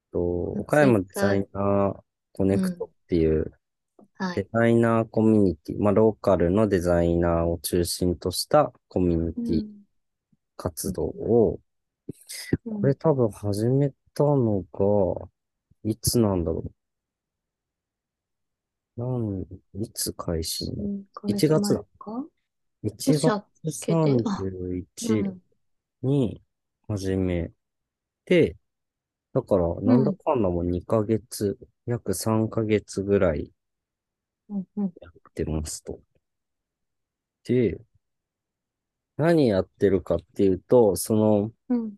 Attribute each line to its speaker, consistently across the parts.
Speaker 1: 岡
Speaker 2: ツイッ
Speaker 1: 山デ
Speaker 2: タ
Speaker 1: ザ
Speaker 2: ー、
Speaker 1: イナーコネ
Speaker 2: う
Speaker 1: ク
Speaker 2: ん、
Speaker 1: トっていう
Speaker 2: は
Speaker 1: デ
Speaker 2: い。
Speaker 1: ザイナーコミュニティ、まあ、ローカルのデザイナーを中心としたコミュニ
Speaker 2: う
Speaker 1: ティ
Speaker 2: ん、
Speaker 1: 活動を、
Speaker 2: う
Speaker 1: こ
Speaker 2: ん。
Speaker 1: れ多分始めたのが、いつなんだろう。なん、いつ開始になる
Speaker 2: 数ヶ
Speaker 1: ?1
Speaker 2: 月
Speaker 1: 月
Speaker 2: 前
Speaker 1: だ。
Speaker 2: か
Speaker 1: 1
Speaker 2: 年
Speaker 1: 月
Speaker 2: 明けて、あ、
Speaker 1: 31
Speaker 2: うん、
Speaker 1: に始めて、だから、
Speaker 2: う
Speaker 1: なんだ
Speaker 2: ん、
Speaker 1: かんだもう2ヶ月、約3ヶ月ぐらい
Speaker 2: うん、うん。
Speaker 1: やってますと。で、何やってるかっていうと、その、
Speaker 2: うん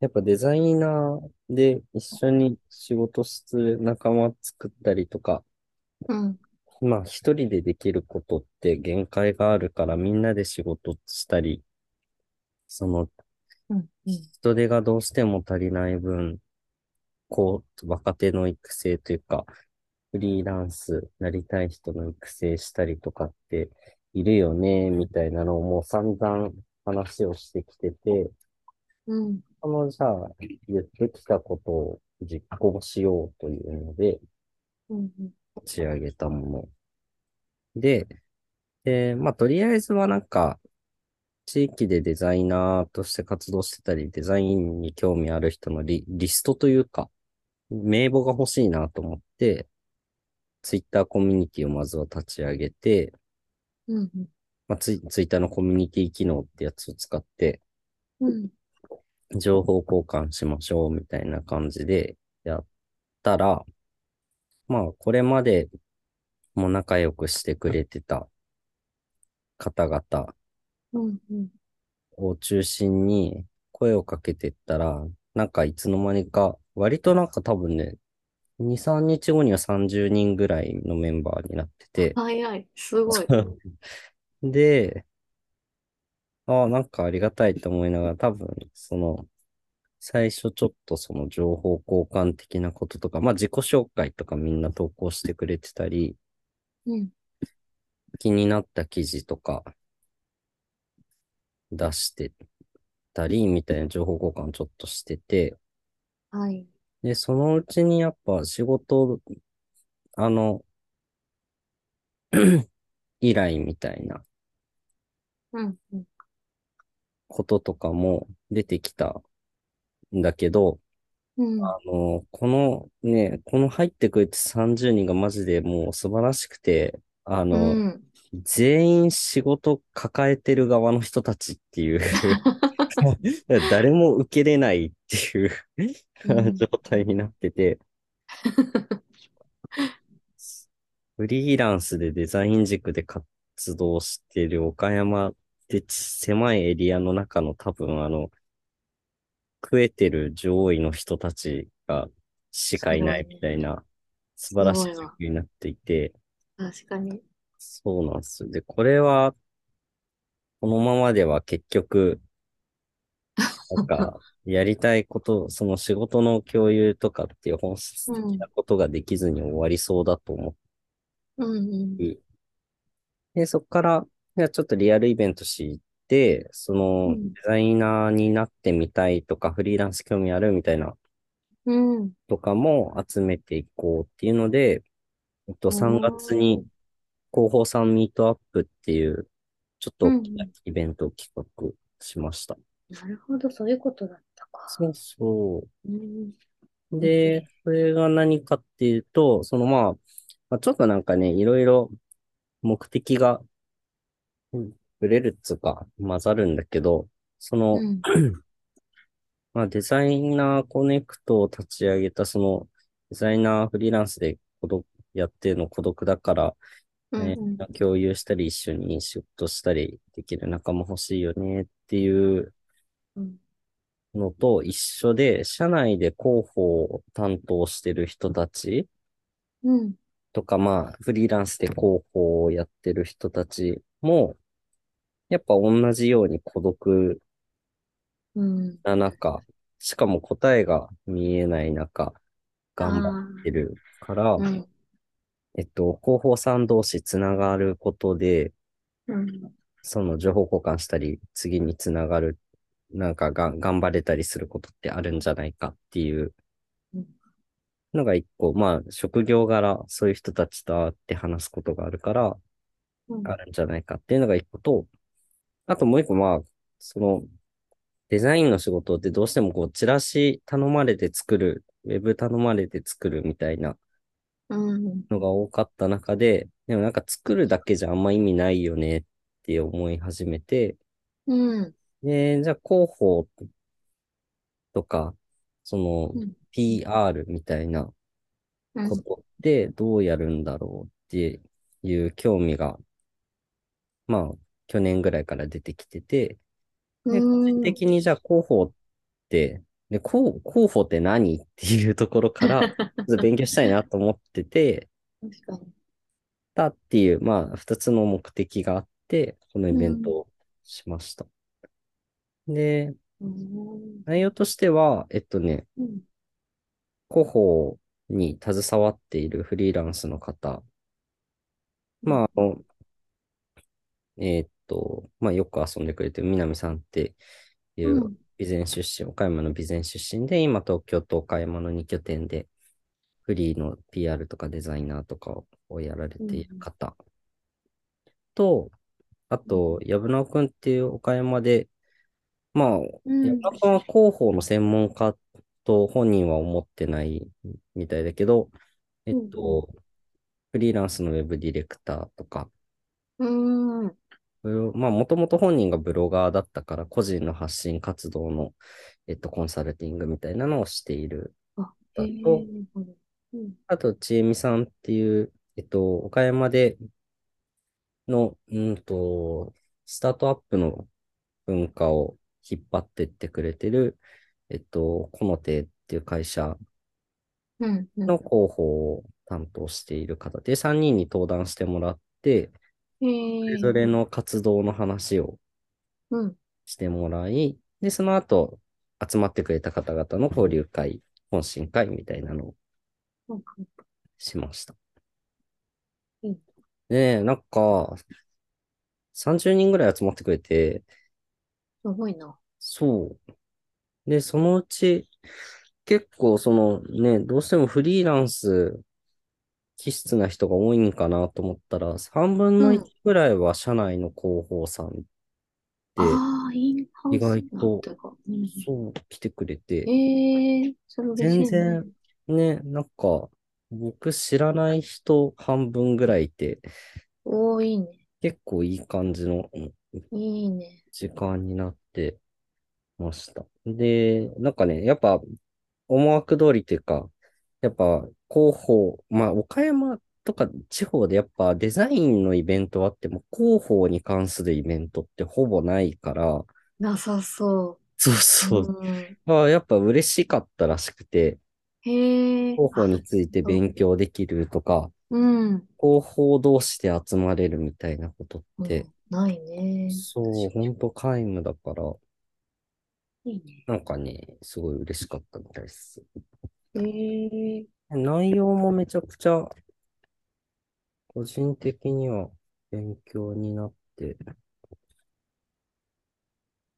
Speaker 1: やっぱデザイナーで一緒に仕事する仲間作ったりとか、
Speaker 2: うん
Speaker 1: まあ一人でできることって限界があるからみんなで仕事したり、その
Speaker 2: うんうん
Speaker 1: 人手がどうしても足りない分、こう、若手の育成というか、フリーランスなりたい人の育成したりとかっているよね、みたいなのをもう散々話をしてきてて、
Speaker 2: うん
Speaker 1: そのじゃあ言ってきたことを実行しようというので、
Speaker 2: うん
Speaker 1: 立ち上げたもの。で、で、まあ、とりあえずはなんか、地域でデザイナーとして活動してたり、デザインに興味ある人のリ、リストというか、名簿が欲しいなと思って、ツイッターコミュニティをまずは立ち上げて、
Speaker 2: うんうん
Speaker 1: まあ、ツイ、ツイッターのコミュニティ機能ってやつを使って、
Speaker 2: うん
Speaker 1: 情報交換しましょうみたいな感じでやったら、まあ、これまでも仲良くしてくれてた方々
Speaker 2: うんうん
Speaker 1: を中心に声をかけてったら、なんかいつの間にか、割となんか多分ね、2、3日後には30人ぐらいのメンバーになってて、
Speaker 2: 早い、すごい。
Speaker 1: で、ああ、なんかありがたいと思いながら、多分、その、最初ちょっとその情報交換的なこととか、まあ自己紹介とかみんな投稿してくれてたり、
Speaker 2: うん、
Speaker 1: 気になった記事とか出してたり、みたいな情報交換ちょっとしてて、
Speaker 2: はい。
Speaker 1: で、そのうちにやっぱ仕事、あの、 依頼みたいな
Speaker 2: うんうん
Speaker 1: こととかも出てきたんだけど、
Speaker 2: うん
Speaker 1: あの、このね、この入ってくれて30人がマジでもう素晴らしくて、あ
Speaker 2: う
Speaker 1: の、
Speaker 2: ん
Speaker 1: 全員仕事抱えてる側の人たちって いう 誰も受けれないっていう
Speaker 2: う ん
Speaker 1: 状態になって て、フリーランスでデザイン軸で活動している岡山ってち狭いエリアの中の多分あの、食えてる上位の人たちがし
Speaker 2: す
Speaker 1: かい
Speaker 2: ご
Speaker 1: ないいみ
Speaker 2: ね。
Speaker 1: たいな素晴
Speaker 2: す
Speaker 1: らしい
Speaker 2: ごい
Speaker 1: 状況
Speaker 2: わ。
Speaker 1: になっていて、
Speaker 2: 確かに。
Speaker 1: そうなんですよ。で、これは、このままでは結局、なんか、やりたいこと、その仕事の共有とかっていう本質
Speaker 2: う、
Speaker 1: 的なんことができずに終わりそうだと思
Speaker 2: うん、うん、
Speaker 1: い、で、そこから、じゃあちょっとリアルイベントして、そうの、
Speaker 2: ん、
Speaker 1: デザイナーになってみたいとか、フリーランス興味あるみたいな
Speaker 2: うん。
Speaker 1: とかも集めていこうっていうので、えっと、3月
Speaker 2: お
Speaker 1: に
Speaker 2: ー。
Speaker 1: 広報さんミートアップっていう、ちょっと
Speaker 2: う
Speaker 1: 大
Speaker 2: ん、う。
Speaker 1: きなんイベントを企画しました。
Speaker 2: なるほど、そういうことだったか。
Speaker 1: そうそ
Speaker 2: うん、
Speaker 1: う。
Speaker 2: いい
Speaker 1: で、
Speaker 2: ね。
Speaker 1: それが何かっていうと、そのまあ、まあ、ちょっとなんかね、いろいろ目的がうんぶれるっつうか、混ざるんだけど、そうの、
Speaker 2: ん、
Speaker 1: まあ、デザイナーコネクトを立ち上げた、その、デザイナーフリーランスで孤独、やっての孤独だから、
Speaker 2: うん、
Speaker 1: ね、
Speaker 2: うん、
Speaker 1: 共有したり一緒に仕事したりできる仲間欲しいよねっていう
Speaker 2: うん。
Speaker 1: のと一緒で、社内で広報を担当してる人たち
Speaker 2: うん、
Speaker 1: とか、まあ、フリーランスで広報をやってる人たちも、やっぱ同じように孤独
Speaker 2: うん。
Speaker 1: な中、しかも答えが見えない中、
Speaker 2: あ
Speaker 1: 頑張っ
Speaker 2: あ、
Speaker 1: てるから、
Speaker 2: うん、
Speaker 1: えっと、広報さん同士つながることで、
Speaker 2: うん、
Speaker 1: その情報交換したり、次につながる、なんかが、頑張れたりすることってあるんじゃないかっていう
Speaker 2: うん。
Speaker 1: のが一個、まあ、職業柄、そういう人たちと会って話すことがあるから、
Speaker 2: うん、
Speaker 1: あるんじゃないかっていうのが一個と、あともう一個、まあ、その、デザインの仕事ってどうしてもこう、チラシ頼まれて作る、ウェブ頼まれて作るみたいな
Speaker 2: うん、
Speaker 1: のが多かった中で、でもなんか作るだけじゃあんま意味ないよねって思い始めて、
Speaker 2: うん、
Speaker 1: で、じゃあ広報とか、その、
Speaker 2: うん、
Speaker 1: PR みたいな
Speaker 2: う
Speaker 1: こ
Speaker 2: ん、
Speaker 1: とってどうやるんだろうっていう興味が、まあ、去年ぐらいから出てきてて、で、個人
Speaker 2: うん。
Speaker 1: 的にじゃあ広報って、で、広広報って何っていうところから ちょっと勉強したいなと思ってて、
Speaker 2: 確かに。
Speaker 1: たっていう、まあ、二つの目的があって、このイ
Speaker 2: う
Speaker 1: ベント
Speaker 2: ん、
Speaker 1: をしました。で、
Speaker 2: うん、
Speaker 1: 内容としては、えっとね、
Speaker 2: うん、
Speaker 1: 広報に携わっているフリーランスの方、
Speaker 2: う
Speaker 1: まあ、
Speaker 2: ん、、
Speaker 1: あの、えーっと、まあ、よく遊んでくれてる南さんっていううん備前出身、岡山の備前出身で、今東京と岡山の2拠点でフリーの PR とかデザイナーとかをやられ
Speaker 2: う
Speaker 1: ている
Speaker 2: ん、
Speaker 1: 方と、あ
Speaker 2: うん、
Speaker 1: と、藪直くんっていう岡山で、まあ、
Speaker 2: う
Speaker 1: 藪
Speaker 2: ん、
Speaker 1: 直くんは広報の専門家と本人は思ってないみたいだけど、え
Speaker 2: う
Speaker 1: っ
Speaker 2: ん、
Speaker 1: と、フリーランスのウェブディレクターとか、
Speaker 2: うん、
Speaker 1: ブロまあ、もともと本人がブロガーだったから、個人の発信活動の、えっと、コンサルティングみたいなのをしている
Speaker 2: あ、へ
Speaker 1: 方と、
Speaker 2: え、なるほど。うん、
Speaker 1: あと、ちえみさんっていう、えっと、岡山での、うんと、スタートアップの文化を引っ張ってってくれてる、えっと、コノテっていう会社
Speaker 2: うん、う
Speaker 1: の
Speaker 2: ん。
Speaker 1: 広報を担当している方で、3人に登壇してもらって、
Speaker 2: へ
Speaker 1: それ
Speaker 2: え、
Speaker 1: ぞれの活動の話を
Speaker 2: うん、
Speaker 1: してもらい、で、その後、集まってくれた方々の交流会、懇親会みたいなのを
Speaker 2: うん、
Speaker 1: しました。
Speaker 2: うん、
Speaker 1: で、なんか、30人ぐらい集まってくれて、
Speaker 2: すごいな。
Speaker 1: そう。で、そのうち、結構そのね、どうしてもフリーランス気質な人が多いんかなと思ったら、3分
Speaker 2: う
Speaker 1: の
Speaker 2: ん。
Speaker 1: 1ぐらいは社内の広報さんって
Speaker 2: ああ、インハ
Speaker 1: 意
Speaker 2: ウス
Speaker 1: 外
Speaker 2: なん
Speaker 1: と、
Speaker 2: てか。うん。
Speaker 1: そう、来てくれて、
Speaker 2: ええ、それ嬉
Speaker 1: 全
Speaker 2: しいね。
Speaker 1: 然ね、なんか、僕知らない人半分ぐらいいて、
Speaker 2: おお、いいね。
Speaker 1: 結構いい感じのうん
Speaker 2: いいね。
Speaker 1: 時間になってました。で、なんかね、やっぱ思惑通りというか、やっぱ広報、まあ岡山とか地方でやっぱデザインのイベントはあっても広報に関するイベントってほぼないから、
Speaker 2: なさそ
Speaker 1: そう
Speaker 2: う。
Speaker 1: そう。
Speaker 2: うん。
Speaker 1: まあやっぱ嬉しかったらしくて、
Speaker 2: へえ、
Speaker 1: 広報
Speaker 2: あ、
Speaker 1: について
Speaker 2: そう。
Speaker 1: 勉強できるとか、
Speaker 2: うん。
Speaker 1: 広報同士で集まれるみたいなことっ
Speaker 2: う
Speaker 1: て、
Speaker 2: ん。ないね。
Speaker 1: そう、
Speaker 2: 確か
Speaker 1: ほんと皆無だから、
Speaker 2: に。いいね。
Speaker 1: なんかね、すごい嬉しかったみたいです。
Speaker 2: ええ、
Speaker 1: 内容もめちゃくちゃ個人的には勉強になって、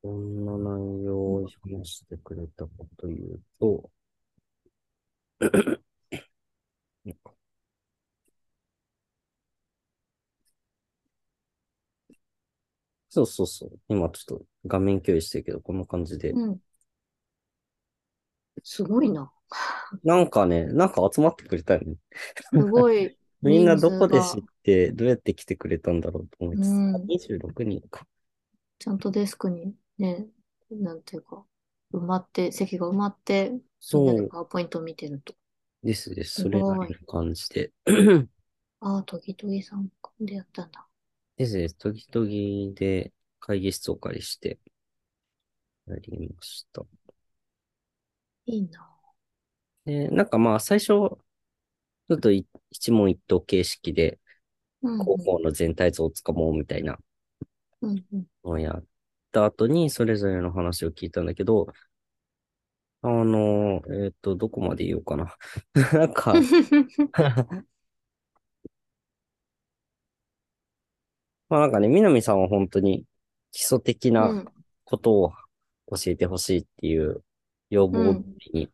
Speaker 1: こんな内容を話してくれたこと言うと、 そうそうそう、今ちょっと画面共有してるけど、こんな感じで。
Speaker 2: うん。すごいな。
Speaker 1: なんかね、なんか集まってくれたよね。
Speaker 2: すごい
Speaker 1: みんな
Speaker 2: 人
Speaker 1: どこ
Speaker 2: 数
Speaker 1: で知っ
Speaker 2: が。
Speaker 1: て、どうやって来てくれたんだろうと思いうつつ、あ
Speaker 2: ん。
Speaker 1: 26人か。
Speaker 2: ちゃんとデスクにね、なんていうか、埋まって、席が埋まって、みんなで
Speaker 1: そう
Speaker 2: パワーポイントを見てると。
Speaker 1: ですです。
Speaker 2: す
Speaker 1: それな
Speaker 2: ご
Speaker 1: り
Speaker 2: い。
Speaker 1: の感じで。
Speaker 2: ああ、トギトギさんでやったんだ。
Speaker 1: ですです。とぎとぎで会議室をお借りしてやりました。
Speaker 2: いいな。
Speaker 1: で、なんかまあ最初、ちょっとい一問一答形式で
Speaker 2: うん
Speaker 1: 広
Speaker 2: うん。
Speaker 1: 報の全体像をつかもうみたいな
Speaker 2: うんうん。
Speaker 1: のをやった後にそれぞれの話を聞いたんだけど、あの、えっと、どこまで言おうかな。 なん か まあなんかね、南さんは本当に基礎的
Speaker 2: う。
Speaker 1: なんことを教えてほしいっていう要
Speaker 2: う
Speaker 1: 望を
Speaker 2: ん。
Speaker 1: に、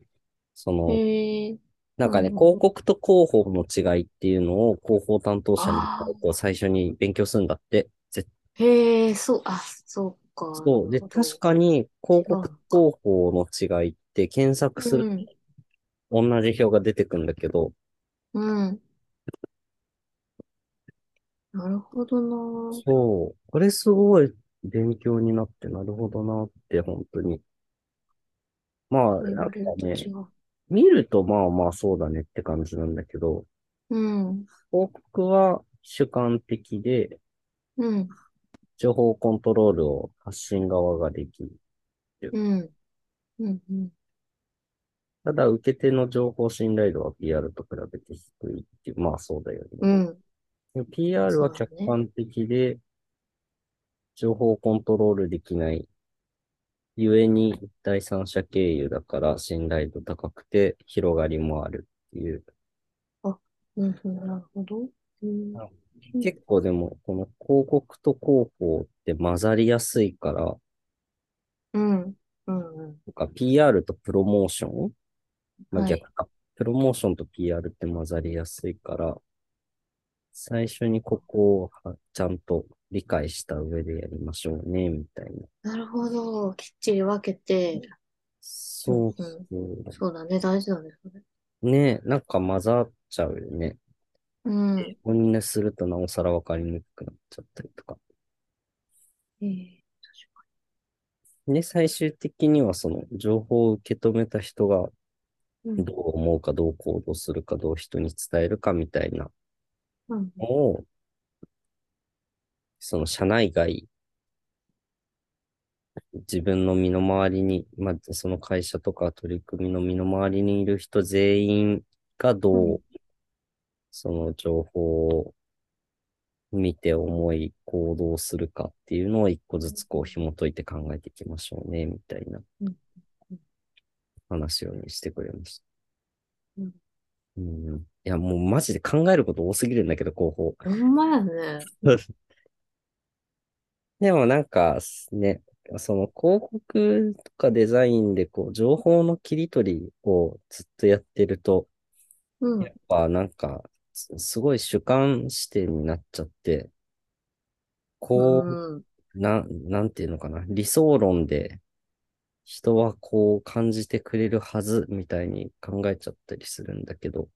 Speaker 1: その、
Speaker 2: へえ。
Speaker 1: なんかね、
Speaker 2: うんうん
Speaker 1: 広告と広報の違いっていうのを広報担当者に
Speaker 2: あー
Speaker 1: こう最初に勉強するんだって。ぜ
Speaker 2: へえ、そう、あ、そうか。
Speaker 1: そう。で、確かに広告と広報の違いって検索する
Speaker 2: に。
Speaker 1: と同じ表が出てくるんだけど、
Speaker 2: うん。うん。なるほどな。
Speaker 1: そう。これすごい勉強になって、なるほどなって、本当に。まあ、
Speaker 2: 言
Speaker 1: な
Speaker 2: わ
Speaker 1: ん
Speaker 2: れ
Speaker 1: か
Speaker 2: ると
Speaker 1: ね
Speaker 2: 違、う。
Speaker 1: 見るとまあまあそうだねって感じなんだけど、
Speaker 2: うん。
Speaker 1: 広告は主観的で、
Speaker 2: うん。
Speaker 1: 情報コントロールを発信側ができる。
Speaker 2: うん。うん。うん。
Speaker 1: ただ、受け手の情報信頼度は PR と比べて低いっていう、まあそうだよ
Speaker 2: う
Speaker 1: ね。
Speaker 2: ん。
Speaker 1: でも PR は
Speaker 2: そうだね
Speaker 1: 客観的で、情報をコントロールできない。ゆえに、第三者経由だから信頼度高くて、広がりもあるっていう。
Speaker 2: うん。うんなるほど。うん。うん
Speaker 1: 結構でも、この広告と広報って混ざりやすいから、な
Speaker 2: うん。うん。うん
Speaker 1: んか PR とプロモーションまあ
Speaker 2: はい
Speaker 1: 逆か。プロモーションと PR って混ざりやすいから、最初にここをはちゃんと理解した上でやりましょうね、みたいな。
Speaker 2: なるほど。きっちり分けて。
Speaker 1: そう
Speaker 2: う
Speaker 1: そ
Speaker 2: そうだね。大事だね。それ
Speaker 1: う。ねなんか混ざっちゃうよね。
Speaker 2: うん。
Speaker 1: 本音するとなおさらわかりにくくなっちゃったりとか。
Speaker 2: ええ
Speaker 1: で、最終的にはその情報を受け止めた人が
Speaker 2: うん
Speaker 1: どう思うか、どう行動するか、どう人に伝えるかみたいな
Speaker 2: うん。
Speaker 1: のを、その社内外、自分の身の回りに、まあ、その会社とか取り組みの身の回りにいる人全員がどう、
Speaker 2: うん
Speaker 1: その情報を見て思い行動するかっていうのを一個ずつこう紐解いて考えていきましょうね、みたいな
Speaker 2: うんうん
Speaker 1: 話をねしてくれました。
Speaker 2: うん
Speaker 1: うん。いや、もうマジで考えること多すぎるんだけど、広報。
Speaker 2: ほんまやね。
Speaker 1: でもなんかね、その広告とかデザインでこう情報の切り取りをずっとやってると、
Speaker 2: うん
Speaker 1: や。っぱなんかすすごい主観視点になっちゃって、こう、
Speaker 2: うん。
Speaker 1: なん、なんていうのかな、理想論で人はこう感じてくれるはずみたいに考えちゃったりするんだけど、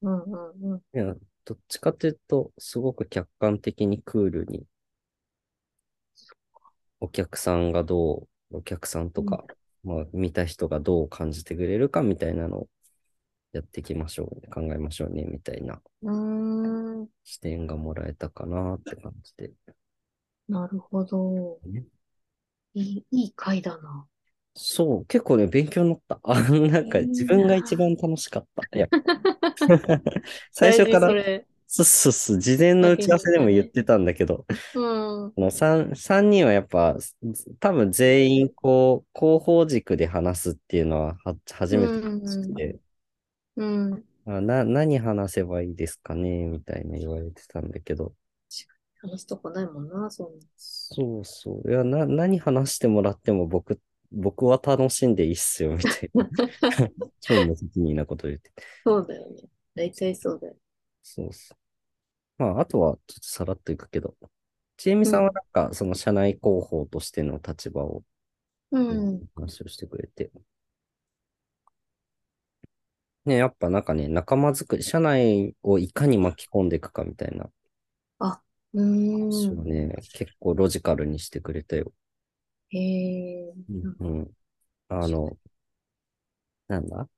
Speaker 2: うん。うん。う
Speaker 1: い
Speaker 2: ん。
Speaker 1: や、どっちかというと、すごく客観的にクールに、お客さんがどう、お客さんとか、まあ、見た人がどう感じてくれるかみたいなのをやっていきましょうね、考えましょうね、みたいな
Speaker 2: うーん、
Speaker 1: 視点がもらえたかなって感じで。
Speaker 2: なるほど。
Speaker 1: ね
Speaker 2: いい、いい回だな。
Speaker 1: そう、結構ね、勉強になった。 あ、なんか
Speaker 2: いいな
Speaker 1: 自分が一番楽しかった。いや 最初か
Speaker 2: 大事そ
Speaker 1: ら、
Speaker 2: れ。
Speaker 1: そうそうそう、事前の打ち合わせでも言ってたんだけど、
Speaker 2: うん。
Speaker 1: この三三人はやっぱ、多分全員、こう、広報軸で話すっていうのはは、初めてらしくて、
Speaker 2: うん。
Speaker 1: あな、何話せばいいですかね、みたいな言われてたんだけど、
Speaker 2: 話すとこないもんな、そんな。
Speaker 1: そうそう、いや、な、何話してもらっても僕、僕は楽しんでいいっすよ、みたい な。超無責任なこと言って。
Speaker 2: そうだよね。大体そうだよ。
Speaker 1: そうそう。まあ、あとは、ちょっとさらっといくけど、ちえみさんはなんか、その社内広報としての立場を、
Speaker 2: うん。
Speaker 1: 話をしてくれて。ね、やっぱなんかね、仲間づくり、社内をいかに巻き込んでいくかみたいな、
Speaker 2: う
Speaker 1: そ
Speaker 2: ー。
Speaker 1: うんね、結構ロジカルにしてくれたよ。
Speaker 2: へえ。
Speaker 1: うん。あの、なんだ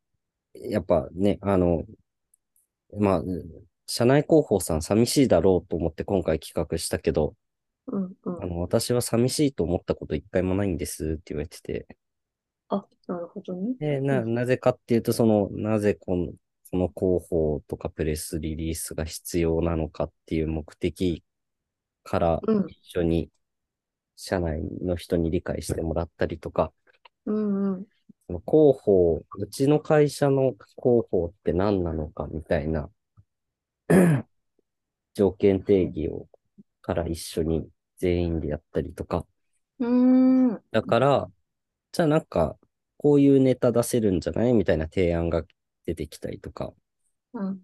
Speaker 1: やっぱね、あの、まあ、社内広報さん寂しいだろうと思って今回企画したけど、
Speaker 2: うんうん
Speaker 1: あ。の、私は寂しいと思ったこと一回もないんですって言われてて、
Speaker 2: あ、なるほどね。
Speaker 1: で、な、
Speaker 2: う
Speaker 1: なぜかっていうと、その、なぜこの、この広報とかプレスリリースが必要なのかっていう目的から
Speaker 2: うん。
Speaker 1: 一緒に社内の人に理解してもらったりとか、
Speaker 2: うんうん。
Speaker 1: その広報、うちの会社の広報って何なのかみたいな 条件定義をから一緒に全員でやったりとか、
Speaker 2: うーん。
Speaker 1: だから、じゃあなんか、こういうネタ出せるんじゃないみたいな提案が出てきたりとか、
Speaker 2: うん。うん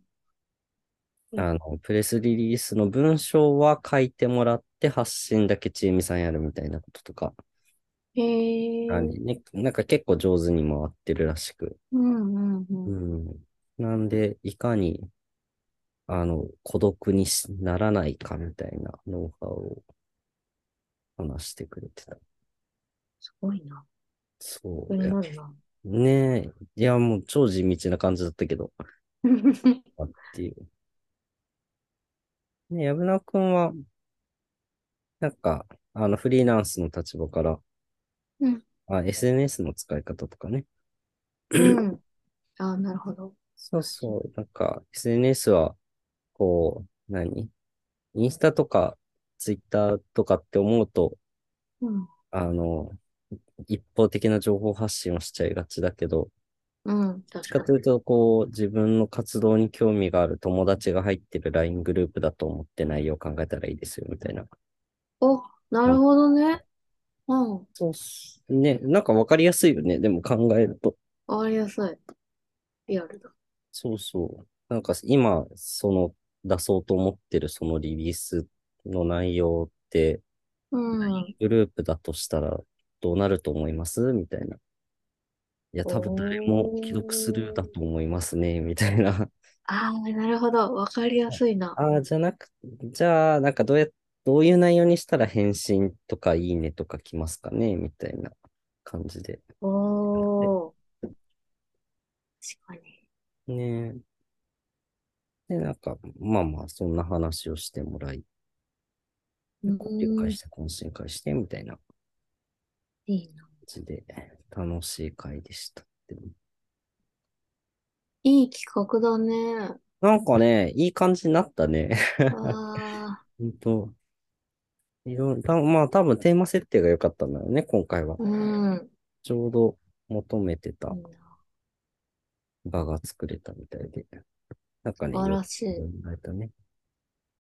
Speaker 1: あの、プレスリリースの文章は書いてもらって発信だけちえみさんやるみたいなこととか、
Speaker 2: へえ。
Speaker 1: なんでね、なんか結構上手に回ってるらしく。
Speaker 2: うんうん
Speaker 1: う
Speaker 2: うん。
Speaker 1: ん。なんで、いかに、あの、孤独にしならないかみたいなノウハウを話してくれてた。
Speaker 2: すごいな。
Speaker 1: そう。
Speaker 2: 気
Speaker 1: い
Speaker 2: に
Speaker 1: や
Speaker 2: なるな。
Speaker 1: ねえ。いや、もう超地道な感じだったけど、あっていう。ね、矢部くんは、なんか、あの、フリーランスの立場から、
Speaker 2: うん。
Speaker 1: あ、SNS の使い方とかね。
Speaker 2: うん。ああ、なるほど。
Speaker 1: そうそう。なんか、SNS は、こう、何インスタとか、ツイッターとかって思うと、
Speaker 2: うん。
Speaker 1: あの、一方的な情報発信をしちゃいがちだけど、
Speaker 2: うん。
Speaker 1: どっち
Speaker 2: 確
Speaker 1: か
Speaker 2: か
Speaker 1: というと、こう、自分の活動に興味がある友達が入ってる LINE グループだと思って内容を考えたらいいですよ、みたいな。
Speaker 2: お、なるほどね。うん。わ
Speaker 1: そうっす。ね、なんかわかりやすいよね、でも考えると。
Speaker 2: かりやすい。リアルだ。
Speaker 1: そうそう。なんか今、その、出そうと思ってるそのリリースの内容って、
Speaker 2: うん。
Speaker 1: グループだとしたらどうなると思いますみたいな。いや、多分誰も既読スルーだと思いますね、みたいな。
Speaker 2: ああ、なるほど。わかりやすいな。
Speaker 1: ああ、じゃなく、じゃあ、なんかどうや、どういう内容にしたら返信とかいいねとか来ますかねみたいな感じで。
Speaker 2: おー。確かに。
Speaker 1: ねえ。で、なんか、まあまあ、そんな話をしてもらい、理
Speaker 2: う
Speaker 1: 解
Speaker 2: ん。
Speaker 1: して、懇親会して、みたいな感
Speaker 2: いいな。
Speaker 1: じで、楽しい会でした。でも
Speaker 2: いい企画だ ね。
Speaker 1: なんかね、いい感じになったね。
Speaker 2: ああ、
Speaker 1: ほんと。いろん、たまあ多分テーマ設定が良かったんだよね、今回は。
Speaker 2: うん。
Speaker 1: ちょうど求めて
Speaker 2: い
Speaker 1: た
Speaker 2: いな。
Speaker 1: 場が作れたみたいで。なんか
Speaker 2: 素
Speaker 1: ね、よ
Speaker 2: 晴ら
Speaker 1: く
Speaker 2: しい。
Speaker 1: 考えたね。